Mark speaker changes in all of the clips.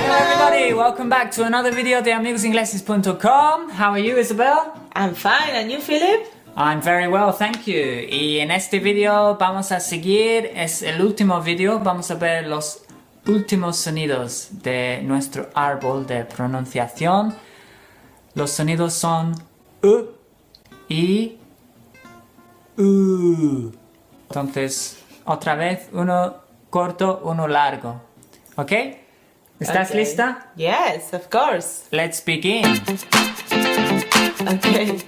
Speaker 1: Hey, welcome back to another video de amigosingleses.com. How are you, Isabel?
Speaker 2: I'm fine, and you, Philip?
Speaker 1: I'm very well, thank you. Y en este video vamos a seguir, es el último video, vamos a ver los últimos sonidos de nuestro árbol de pronunciación. Los sonidos son U y U. Entonces, otra vez, uno corto, uno largo. ¿Ok? ¿Estás
Speaker 2: Okay.
Speaker 1: lista?
Speaker 2: Yes, of course.
Speaker 1: Let's begin.
Speaker 2: Okay.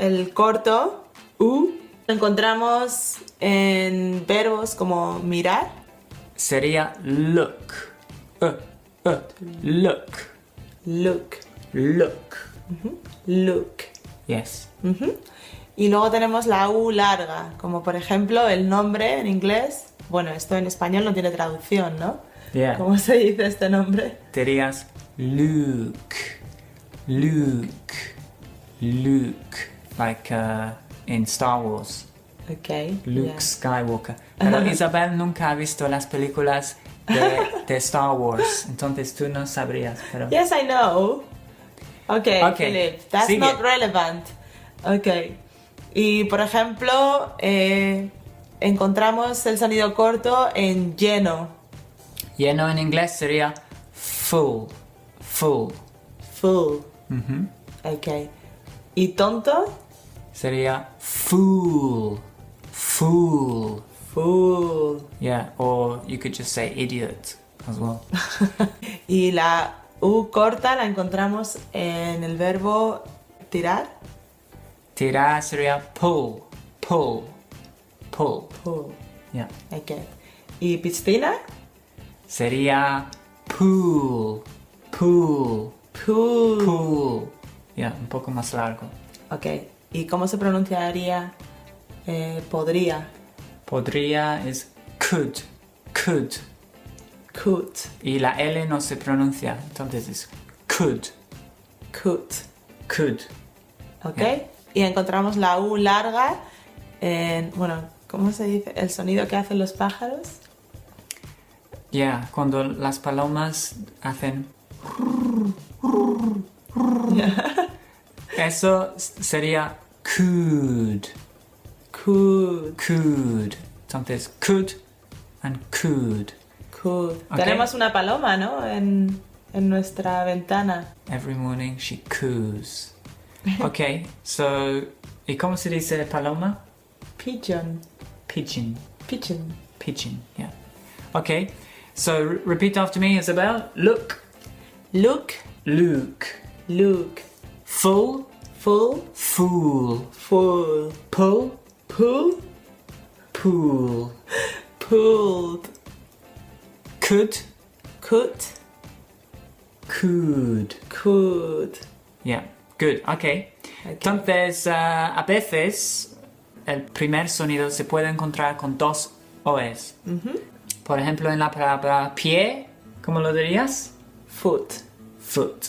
Speaker 2: El corto U lo encontramos en verbos como mirar,
Speaker 1: Sería look. Uh, uh, look.
Speaker 2: look,
Speaker 1: Look.
Speaker 2: look.
Speaker 1: Yes.
Speaker 2: Ujú. Y luego tenemos la U larga, como por ejemplo el nombre en inglés. Bueno, esto en español no tiene traducción, ¿no?
Speaker 1: Yeah.
Speaker 2: ¿Cómo se dice este nombre?
Speaker 1: Serías look. Look. Luke. Like uh, in Star Wars.
Speaker 2: Ok.
Speaker 1: Luke
Speaker 2: yeah.
Speaker 1: Skywalker. Pero Isabel nunca ha visto las películas de, de Star Wars. Entonces tú no sabrías. Pero...
Speaker 2: Yes, I know. Okay,
Speaker 1: Okay,
Speaker 2: Philip, that's
Speaker 1: sigue.
Speaker 2: not relevant. Okay. Y por ejemplo, eh, encontramos el sonido corto en lleno,
Speaker 1: Lleno en inglés sería full. Full.
Speaker 2: full.
Speaker 1: Ujú.
Speaker 2: Okay. Y tonto,
Speaker 1: sería fool, fool.
Speaker 2: full.
Speaker 1: Yeah, or you could just say idiot as well.
Speaker 2: y la u corta la encontramos en el verbo tirar,
Speaker 1: Tirar sería pull, pull, pull.
Speaker 2: full.
Speaker 1: Yeah,
Speaker 2: Okay. Y piscina,
Speaker 1: sería pool, pool,
Speaker 2: pool.
Speaker 1: pool. Yeah, un poco más largo.
Speaker 2: Ok. ¿Y cómo se pronunciaría? eh, podría.
Speaker 1: Podría es could, could.
Speaker 2: Could.
Speaker 1: Y la L no se pronuncia, entonces es could,
Speaker 2: Could.
Speaker 1: could.
Speaker 2: ¿Ok?
Speaker 1: Yeah.
Speaker 2: Y encontramos la U larga en. Bueno, ¿cómo se dice? El sonido que hacen los pájaros.
Speaker 1: Yeah, cuando las palomas hacen Eso s- sería could,
Speaker 2: Could.
Speaker 1: could. Entonces, could and could.
Speaker 2: Could.
Speaker 1: Ok.
Speaker 2: Tenemos una paloma, ¿no? En, en nuestra ventana.
Speaker 1: Every morning she coos. Okay, so, ¿y cómo se dice paloma?
Speaker 2: Pigeon.
Speaker 1: Pigeon,
Speaker 2: Pigeon.
Speaker 1: pigeon, yeah. Okay, so re- repeat after me, Isabel. Look,
Speaker 2: Look.
Speaker 1: look.
Speaker 2: Look.
Speaker 1: Full,
Speaker 2: Full.
Speaker 1: fool.
Speaker 2: Full.
Speaker 1: Pull,
Speaker 2: Pull.
Speaker 1: pool.
Speaker 2: Pulled.
Speaker 1: Could,
Speaker 2: Could.
Speaker 1: could.
Speaker 2: Could.
Speaker 1: Yeah, good, okay.
Speaker 2: Ok.
Speaker 1: Entonces, ah, a veces el primer sonido se puede encontrar con dos OEs. Por ejemplo, en la palabra pie, ¿cómo lo dirías?
Speaker 2: Foot.
Speaker 1: Foot.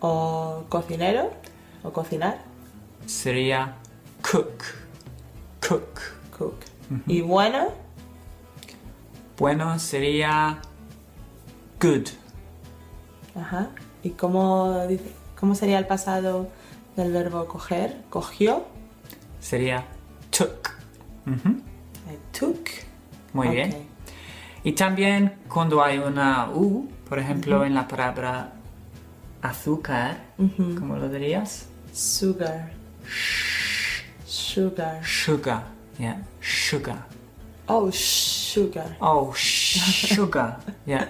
Speaker 2: O cocinero. O cocinar.
Speaker 1: Sería cook. Cook.
Speaker 2: Cook. Y bueno.
Speaker 1: Bueno, sería good.
Speaker 2: Ajá. ¿Y cómo, dice- cómo sería el pasado del verbo coger? Cogió.
Speaker 1: Sería took. Ujú,
Speaker 2: I took.
Speaker 1: Muy
Speaker 2: Ok.
Speaker 1: bien. Y también cuando hay una U, por ejemplo, en la palabra azúcar, ¿cómo lo dirías?
Speaker 2: Sugar. Sugar.
Speaker 1: Sugar. Yeah, sugar.
Speaker 2: Oh, sugar.
Speaker 1: Oh, sugar. Yeah.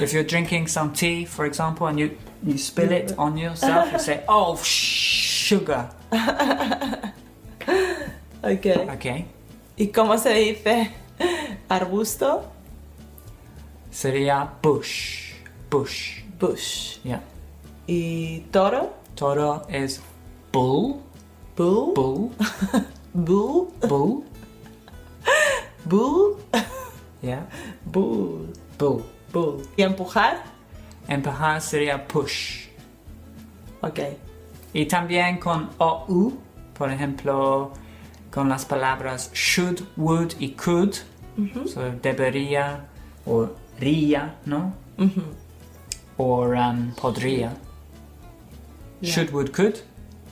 Speaker 1: If you're drinking some tea, for example, and you, you spill it on yourself, you say, oh, sugar.
Speaker 2: Ok.
Speaker 1: Okay.
Speaker 2: ¿Y cómo se dice arbusto?
Speaker 1: Sería bush. Bush.
Speaker 2: Bush.
Speaker 1: Yeah.
Speaker 2: ¿Y toro?
Speaker 1: Toro is bull.
Speaker 2: Bull.
Speaker 1: Bull.
Speaker 2: Bull.
Speaker 1: Bull.
Speaker 2: Bull.
Speaker 1: Yeah.
Speaker 2: Bull.
Speaker 1: Bull.
Speaker 2: Bull. ¿Y empujar?
Speaker 1: Empujar sería push.
Speaker 2: Ok.
Speaker 1: Y también con OU, por ejemplo, con las palabras should, would y could. So, debería o ría, ¿no? or um, podría.
Speaker 2: Yeah.
Speaker 1: Should, would, could.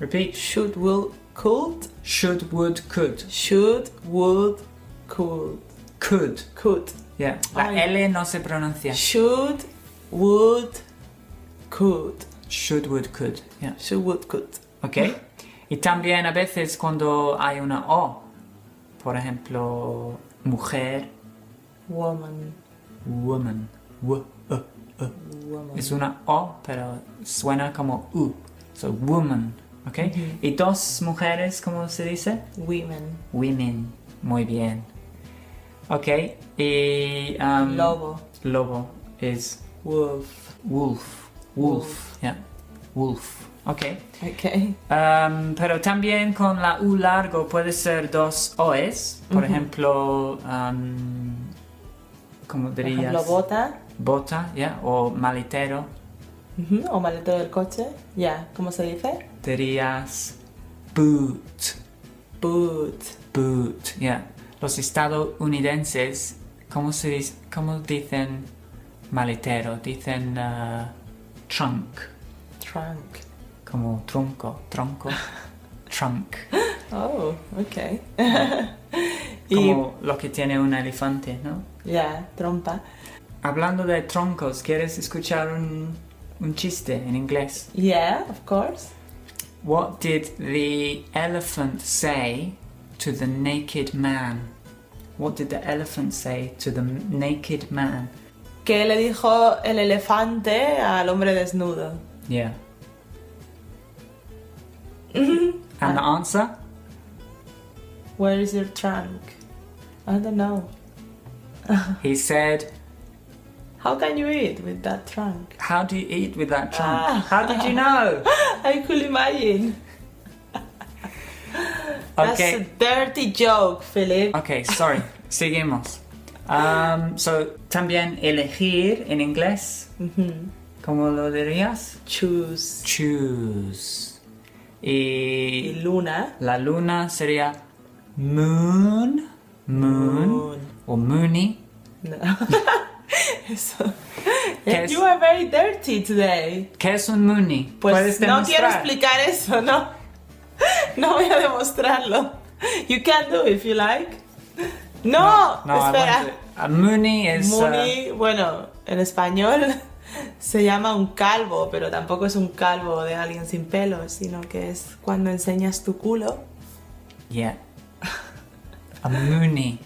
Speaker 1: Repeat.
Speaker 2: Should, would, could.
Speaker 1: Should, would, could.
Speaker 2: Should, would, could.
Speaker 1: Could.
Speaker 2: Could.
Speaker 1: Yeah. La
Speaker 2: Ay.
Speaker 1: L no se pronuncia.
Speaker 2: Should, would, could.
Speaker 1: Should, would, could. Yeah.
Speaker 2: Should, would, could.
Speaker 1: ¿Ok? Y también a veces cuando hay una O, por ejemplo, mujer,
Speaker 2: Woman.
Speaker 1: woman, w, e, e.
Speaker 2: Woman.
Speaker 1: es una O, pero suena como U, so woman, ¿ok? Y dos mujeres, ¿cómo se dice?
Speaker 2: Women.
Speaker 1: Women, muy bien. ¿Ok? Y... um,
Speaker 2: Lobo.
Speaker 1: Lobo es
Speaker 2: Wolf.
Speaker 1: wolf, wolf,
Speaker 2: Wolf.
Speaker 1: yeah, wolf, ¿ok?
Speaker 2: Okay.
Speaker 1: Um, pero también con la U largo puede ser dos OEs. Por ejemplo, um, ¿cómo
Speaker 2: Por
Speaker 1: dirías?
Speaker 2: ejemplo, bota.
Speaker 1: Bota, yeah, o maletero.
Speaker 2: ujú, O maletero del coche. Ya. ¿Cómo se dice?
Speaker 1: Dirías boot,
Speaker 2: Boot.
Speaker 1: boot, yeah. Los estadounidenses, ¿cómo, se dice, cómo dicen maletero? Dicen ah, trunk,
Speaker 2: Trunk.
Speaker 1: como tronco, tronco, trunk.
Speaker 2: Oh, ok. y ya,
Speaker 1: Como lo que tiene un elefante, ¿no?
Speaker 2: trompa.
Speaker 1: Hablando de troncos, ¿quieres escuchar un, un chiste en inglés?
Speaker 2: Yeah, of course.
Speaker 1: What did the elephant say to the naked man? What did the elephant say to the naked man?
Speaker 2: ¿Qué le dijo el elefante al hombre desnudo?
Speaker 1: Yeah. and the answer?
Speaker 2: Where is your trunk? I don't know.
Speaker 1: He said,
Speaker 2: How can you eat with that trunk?
Speaker 1: How do you eat with that trunk?
Speaker 2: Ah.
Speaker 1: How did you know?
Speaker 2: I could imagine. That's a
Speaker 1: Okay.
Speaker 2: dirty joke, Philip.
Speaker 1: Okay, sorry. Seguimos. Um, so, también elegir en inglés.
Speaker 2: Mhm.
Speaker 1: ¿Cómo lo dirías?
Speaker 2: Choose.
Speaker 1: choose.
Speaker 2: Y
Speaker 1: Y
Speaker 2: Luna.
Speaker 1: la luna sería moon, moon, o moony.
Speaker 2: No. Eso.
Speaker 1: ¿Qué es?
Speaker 2: You are very dirty today.
Speaker 1: ¿Qué es un moony?
Speaker 2: Pues
Speaker 1: Puedes
Speaker 2: no quiero
Speaker 1: demostrar.
Speaker 2: explicar eso, no. No voy a demostrarlo. You can do if you like. No,
Speaker 1: No, I
Speaker 2: espera.
Speaker 1: want to- a moony es uh,
Speaker 2: Mooney, bueno, en español se llama un calvo, pero tampoco es un calvo de alguien sin pelo, sino que es cuando enseñas tu culo.
Speaker 1: yeah. A moony.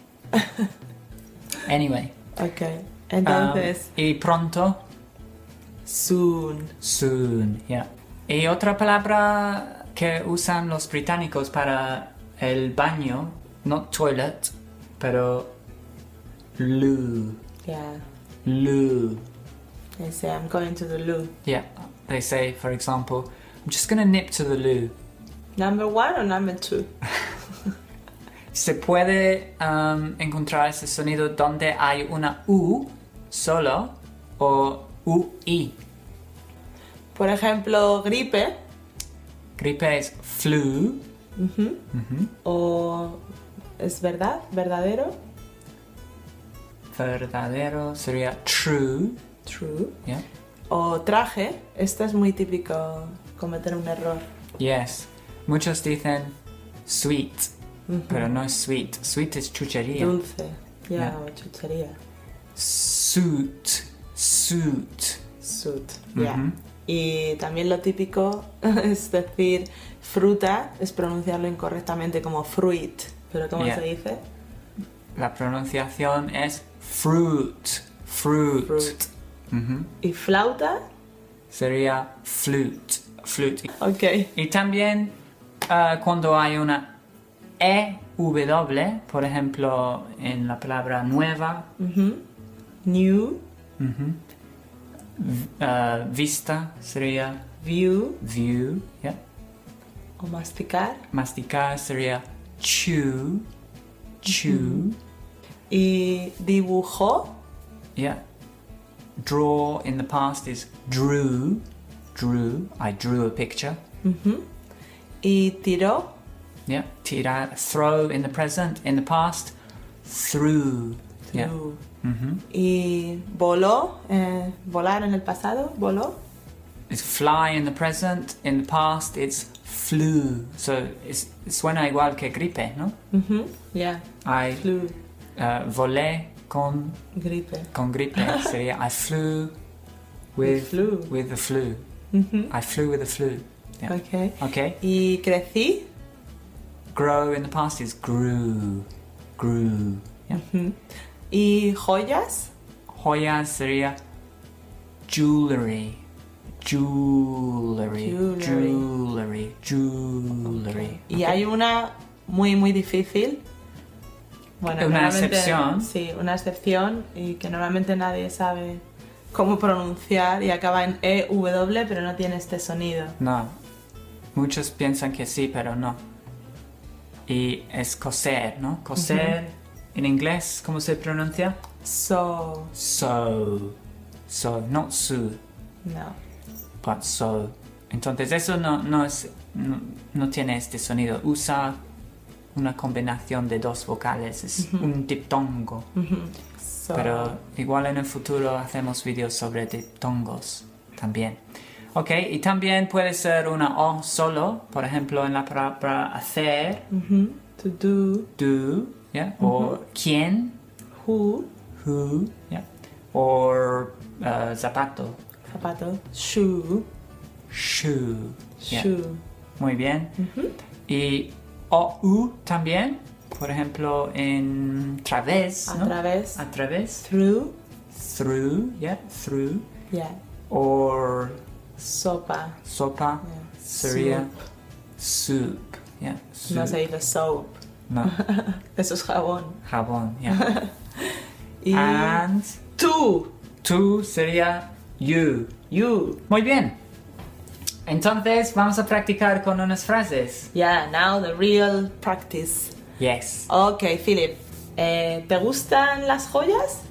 Speaker 1: Anyway.
Speaker 2: Ok,
Speaker 1: um,
Speaker 2: entonces,
Speaker 1: y pronto,
Speaker 2: Ah. soon.
Speaker 1: soon, yeah. Y otra palabra que usan los británicos para el baño, no toilet, pero loo.
Speaker 2: Yeah,
Speaker 1: loo.
Speaker 2: they say I'm going to the loo.
Speaker 1: Yeah, they say, for example, I'm just gonna nip to the loo.
Speaker 2: Number one or number two?
Speaker 1: Se puede um, encontrar ese sonido donde hay una U solo o UI.
Speaker 2: Por ejemplo, gripe
Speaker 1: Gripe es flu.
Speaker 2: ujú, o es verdad, verdadero,
Speaker 1: Verdadero sería true.
Speaker 2: true.
Speaker 1: Yeah.
Speaker 2: O traje, esto es muy típico cometer un error.
Speaker 1: Yes. Muchos dicen sweet, pero no es sweet. Sweet es chuchería.
Speaker 2: Dulce, ya,
Speaker 1: Yeah.
Speaker 2: o chuchería.
Speaker 1: Suit. Suit.
Speaker 2: Sud, ya.
Speaker 1: Ujú.
Speaker 2: Y también lo típico es decir fruta, es pronunciarlo incorrectamente como fruit. Pero ¿cómo
Speaker 1: Yeah.
Speaker 2: se dice?
Speaker 1: La pronunciación es fruit. Fruit.
Speaker 2: Fruit.
Speaker 1: Ujú.
Speaker 2: ¿Y flauta?
Speaker 1: Sería flute. Flute.
Speaker 2: Ok.
Speaker 1: Y también ah, cuando hay una EW, por ejemplo, en la palabra nueva,
Speaker 2: Ujú. New,
Speaker 1: ah, vista sería
Speaker 2: view
Speaker 1: view. yeah.
Speaker 2: o masticar.
Speaker 1: Masticar sería chew. Chew.
Speaker 2: Y dibujó,
Speaker 1: Yeah. Draw in the past is drew. Drew. I drew a picture.
Speaker 2: y tiró,
Speaker 1: Yeah. Tirar, throw in the present. In the past, threw.
Speaker 2: flew.
Speaker 1: Yeah. Mhm.
Speaker 2: Y voló, eh, volar en el pasado, voló.
Speaker 1: It's fly in the present, in the past it's flew. So es- suena igual que gripe, ¿no?
Speaker 2: Ujú, Yeah,
Speaker 1: I
Speaker 2: flew,
Speaker 1: uh, volé con,
Speaker 2: gripe.
Speaker 1: con gripe. Sería I flew with,
Speaker 2: flu.
Speaker 1: with the flu.
Speaker 2: Ujú,
Speaker 1: I flew with the flu. Yeah.
Speaker 2: ok.
Speaker 1: Okay.
Speaker 2: Y crecí,
Speaker 1: Grow in the past is grew. Grew. Yeah.
Speaker 2: ujú. y joyas,
Speaker 1: Joya sería jewelry. Jewelry.
Speaker 2: Jewelry.
Speaker 1: Jewelry. Jewelry.
Speaker 2: y hay una muy, muy difícil. Bueno,
Speaker 1: Una
Speaker 2: normalmente-
Speaker 1: excepción.
Speaker 2: Sí, una excepción y que normalmente nadie sabe cómo pronunciar y acaba en EW, pero no tiene este sonido.
Speaker 1: No. Muchos piensan que sí, pero no. Y es coser, ¿no? Coser. En inglés, ¿cómo se pronuncia?
Speaker 2: So,
Speaker 1: So. So, not su,
Speaker 2: no.
Speaker 1: but so. Entonces, eso no, no, es, no, no tiene este sonido. Usa una combinación de dos vocales. Es un diptongo.
Speaker 2: Ujú. So,
Speaker 1: Pero igual en el futuro hacemos vídeos sobre diptongos también. Ok, y también puede ser una O solo, por ejemplo en la palabra hacer,
Speaker 2: ujú, To do,
Speaker 1: do, yeah, o quién,
Speaker 2: who,
Speaker 1: who, yeah, o uh, zapato,
Speaker 2: zapato, shoe,
Speaker 1: shoe. yeah.
Speaker 2: shoe.
Speaker 1: Muy bien. Y O, U también, por ejemplo en través,
Speaker 2: A
Speaker 1: ¿no? Ah.
Speaker 2: través,
Speaker 1: A través,
Speaker 2: through,
Speaker 1: through, yeah, through,
Speaker 2: yeah.
Speaker 1: or
Speaker 2: Sopa,
Speaker 1: sopa
Speaker 2: yeah.
Speaker 1: sería soup. Yeah,
Speaker 2: Soup. No
Speaker 1: soup.
Speaker 2: se dice soap,
Speaker 1: No,
Speaker 2: eso es jabón.
Speaker 1: jabón. Yeah. E.
Speaker 2: Y
Speaker 1: And
Speaker 2: tú,
Speaker 1: tú sería you.
Speaker 2: you.
Speaker 1: Muy bien. Entonces vamos a practicar con unas frases.
Speaker 2: Yeah, now the real practice.
Speaker 1: Yes.
Speaker 2: Ok, Philip, eh, ¿te gustan las joyas?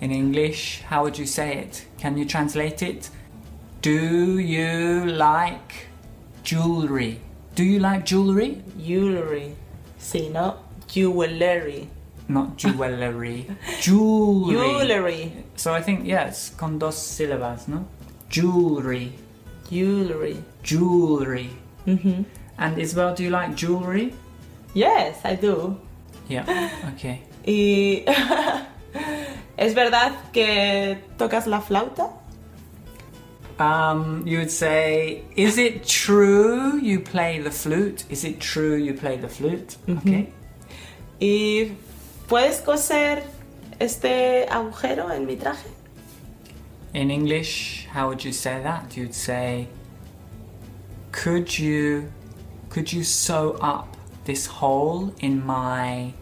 Speaker 1: In English, how would you say it? Can you translate it? Do you like jewelry? Do you like jewelry?
Speaker 2: Jewelry. Sí, ¿no? Jewelry.
Speaker 1: Not jewelry. jewelry.
Speaker 2: Jewelry.
Speaker 1: So I think yes, con dos sílabas, ¿no? Jewelry,
Speaker 2: Jewelry.
Speaker 1: jewelry.
Speaker 2: Mhm.
Speaker 1: And Isabel, do you like jewelry?
Speaker 2: Yes, I do.
Speaker 1: Yeah. Okay.
Speaker 2: Y es verdad que tocas la flauta.
Speaker 1: Um, you would say, is it true you play the flute? Is it true you play the flute? Okay.
Speaker 2: ¿Y puedes coser este agujero en mi traje?
Speaker 1: In English, how would you say that? You'd say, could you, could you sew up this hole in my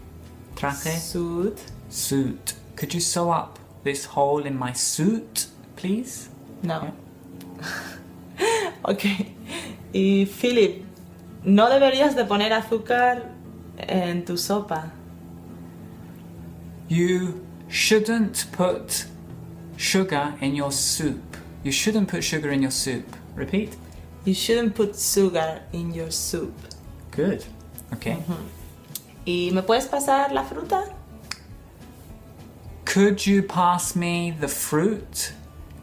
Speaker 1: traje?
Speaker 2: Suit.
Speaker 1: suit. Could you sew up this hole in my suit, please?
Speaker 2: No. ok. Y Philip, no deberías de poner azúcar en tu sopa.
Speaker 1: You shouldn't put sugar in your soup. You shouldn't put sugar in your soup. Repeat.
Speaker 2: You shouldn't put sugar in your soup.
Speaker 1: Good. Okay.
Speaker 2: ¿Y me puedes pasar la fruta?
Speaker 1: Could you pass me the fruit?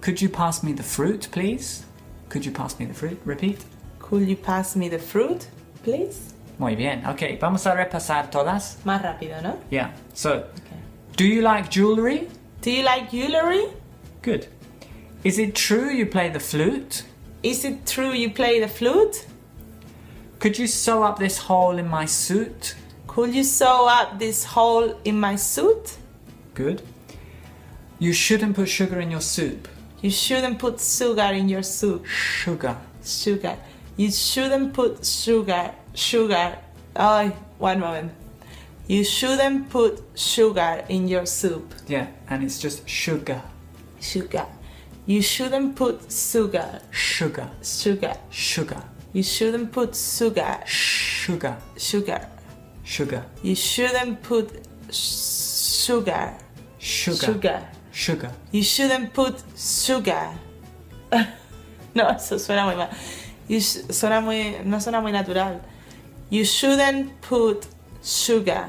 Speaker 1: Could you pass me the fruit, please? Could you pass me the fruit? Repeat.
Speaker 2: Could you pass me the fruit, please?
Speaker 1: Muy bien. Okay, vamos a repasar todas.
Speaker 2: Más rápido, ¿no?
Speaker 1: Yeah. So,
Speaker 2: Ok.
Speaker 1: do you like jewelry?
Speaker 2: Do you like jewelry?
Speaker 1: Good. Is it true you play the flute?
Speaker 2: Is it true you play the flute?
Speaker 1: Could you sew up this hole in my suit?
Speaker 2: Could you sew up this hole in my suit?
Speaker 1: Good. You shouldn't put sugar in your soup.
Speaker 2: You shouldn't put sugar in your soup.
Speaker 1: Sugar.
Speaker 2: Sugar. You shouldn't put sugar. Sugar. Ay, one moment. You shouldn't put sugar in your soup.
Speaker 1: Yeah, and it's just sugar.
Speaker 2: Sugar. You shouldn't put sugar.
Speaker 1: Sugar.
Speaker 2: Sugar.
Speaker 1: Sugar.
Speaker 2: You shouldn't put sugar.
Speaker 1: Sugar.
Speaker 2: Sugar.
Speaker 1: Sugar.
Speaker 2: You shouldn't put s- sugar.
Speaker 1: Sugar.
Speaker 2: Sugar.
Speaker 1: Sugar.
Speaker 2: You shouldn't put sugar. no, eso suena muy mal. You sh- suena muy, no suena muy natural. You shouldn't put sugar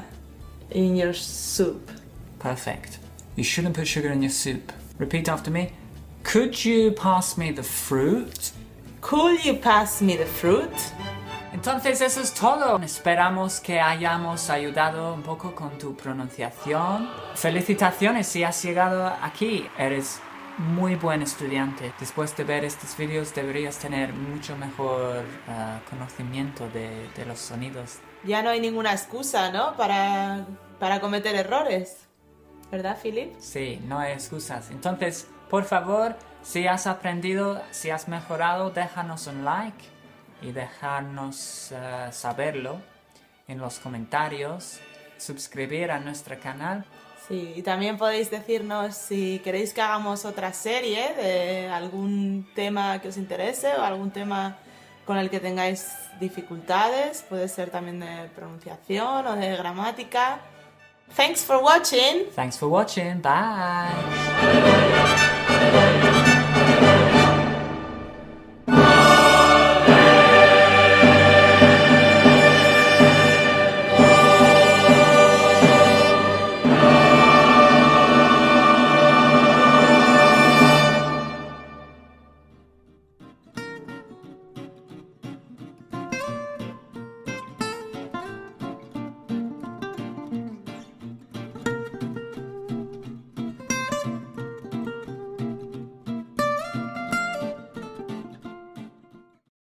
Speaker 2: in your soup.
Speaker 1: Perfect. You shouldn't put sugar in your soup. Repeat after me. Could you pass me the fruit?
Speaker 2: Could you pass me the fruit?
Speaker 1: Entonces eso es todo. Esperamos que hayamos ayudado un poco con tu pronunciación. Felicitaciones si has llegado aquí. Eres muy buen estudiante. Después de ver estos vídeos deberías tener mucho mejor ah, conocimiento de, de los sonidos.
Speaker 2: Ya no hay ninguna excusa, ¿no? Para, para cometer errores. ¿Verdad, Philip?
Speaker 1: Sí, no hay excusas. Entonces, por favor, si has aprendido, si has mejorado, déjanos un like y dejarnos eh, saberlo en los comentarios. Suscribir a nuestro canal.
Speaker 2: Sí, y también podéis decirnos si queréis que hagamos otra serie de algún tema que os interese o algún tema con el que tengáis dificultades. Puede ser también de pronunciación o de gramática. Thanks for watching.
Speaker 1: Thanks for watching. Bye.